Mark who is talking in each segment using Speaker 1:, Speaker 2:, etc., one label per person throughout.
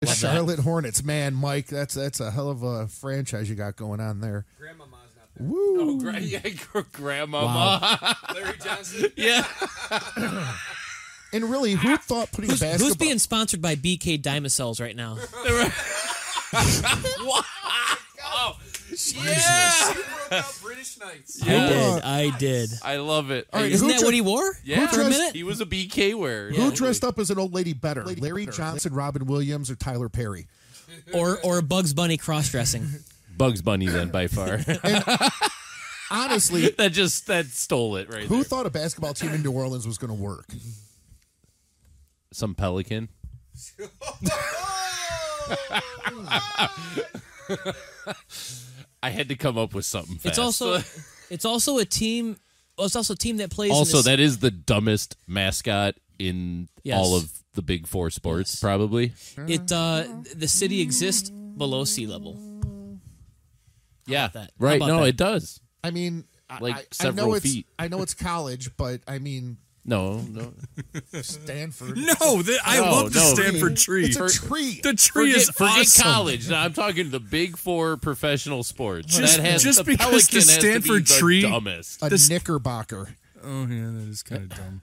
Speaker 1: The
Speaker 2: Love that.
Speaker 1: Charlotte Hornets, man, Mike, that's that's a hell of a franchise you got going on there.
Speaker 3: Grandmama's not there.
Speaker 1: Woo!
Speaker 2: Oh, gra- yeah, gr- grandma.
Speaker 3: Larry Johnson.
Speaker 2: Yeah.
Speaker 1: And really, who thought putting
Speaker 4: Who's,
Speaker 1: basketball?
Speaker 4: who's being sponsored by BK Dimacells right now?
Speaker 2: wow. Oh, Yeah.
Speaker 3: He broke out British Knights.
Speaker 4: I
Speaker 2: Yeah.
Speaker 4: did. I did.
Speaker 2: I love it.
Speaker 1: All right,
Speaker 4: Isn't
Speaker 1: who
Speaker 4: that
Speaker 1: dre-
Speaker 4: what he wore?
Speaker 2: yeah.
Speaker 4: For a minute?
Speaker 2: He was a BK wearer.
Speaker 1: who dressed up as an old lady better, Larry Johnson, Robin Williams, or Tyler Perry?
Speaker 4: Or or Bugs Bunny cross dressing.
Speaker 2: Bugs Bunny then by far.
Speaker 1: Honestly,
Speaker 2: that just that stole it right
Speaker 1: who
Speaker 2: there.
Speaker 1: thought a basketball team in New Orleans was going to work?
Speaker 2: Some pelican. I had to come up with something. Fast.
Speaker 4: It's also it's also a team well, it's also a team that plays in
Speaker 2: also
Speaker 4: the
Speaker 2: that is the dumbest mascot in
Speaker 4: Yes.
Speaker 2: all of the big four sports probably.
Speaker 4: It uh, the city exists below sea level.
Speaker 2: Yeah,
Speaker 4: that? How
Speaker 2: right.
Speaker 4: about
Speaker 2: No,
Speaker 4: that?
Speaker 2: it does.
Speaker 1: I mean, I-
Speaker 2: Like
Speaker 1: I, I
Speaker 2: several
Speaker 1: know it's,
Speaker 2: feet.
Speaker 1: I know it's college, but I mean
Speaker 2: No, no.
Speaker 1: Stanford.
Speaker 5: No, the, I
Speaker 2: No,
Speaker 5: love the
Speaker 2: no.
Speaker 5: Stanford tree.
Speaker 1: it's a tree.
Speaker 5: the tree
Speaker 2: Forget,
Speaker 5: is
Speaker 2: forget
Speaker 5: awesome.
Speaker 2: college. Now I'm talking the big four professional sports.
Speaker 5: Just-
Speaker 2: that has
Speaker 5: just
Speaker 2: the
Speaker 5: because
Speaker 2: Pelican
Speaker 5: the
Speaker 2: has to be
Speaker 5: Stanford
Speaker 2: the
Speaker 5: tree-
Speaker 2: dumbest.
Speaker 1: a
Speaker 5: this-
Speaker 1: knickerbocker.
Speaker 5: Oh yeah, that is kind of dumb.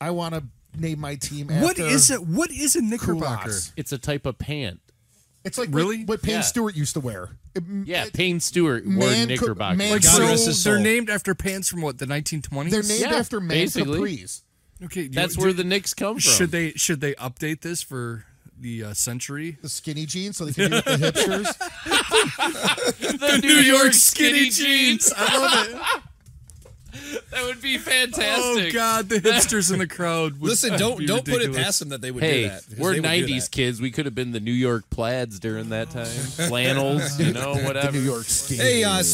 Speaker 1: I want to name my team. After
Speaker 5: what is it? What is a knickerbocker?
Speaker 1: Kulaks.
Speaker 2: It's a type of pant.
Speaker 1: It's like
Speaker 5: Really?
Speaker 1: what, what Payne
Speaker 2: Yeah.
Speaker 1: Stewart used to wear. It-
Speaker 2: Yeah,
Speaker 1: it-
Speaker 2: Payne Stewart wore
Speaker 1: Man-
Speaker 2: knickerbockers.
Speaker 1: man-
Speaker 5: Like
Speaker 1: God
Speaker 5: so,
Speaker 1: rest
Speaker 5: they're
Speaker 1: his soul.
Speaker 5: named after pants from what the 1920s.
Speaker 1: they're named
Speaker 2: Yeah,
Speaker 1: after man
Speaker 2: basically.
Speaker 1: capris.
Speaker 5: Okay, you-
Speaker 2: That's
Speaker 5: do-
Speaker 2: where the Knicks come from.
Speaker 5: should they should they update this for the uh, century?
Speaker 1: The skinny jeans, so they can do with the hipsters.
Speaker 2: the New York skinny jeans?
Speaker 5: I love it.
Speaker 2: That would be
Speaker 5: Oh
Speaker 2: fantastic.
Speaker 5: God, the hipsters in the crowd. Would
Speaker 3: Listen, don't
Speaker 5: be
Speaker 3: don't put it
Speaker 5: ridiculous.
Speaker 3: past them that they would do
Speaker 2: Hey,
Speaker 3: that. 'cause
Speaker 2: we're
Speaker 3: they would do
Speaker 2: '90s
Speaker 3: that.
Speaker 2: kids. We could have been the New York plaids during that time, flannels, you know,
Speaker 1: the
Speaker 2: whatever.
Speaker 1: New York skinny.
Speaker 3: Hey, uh,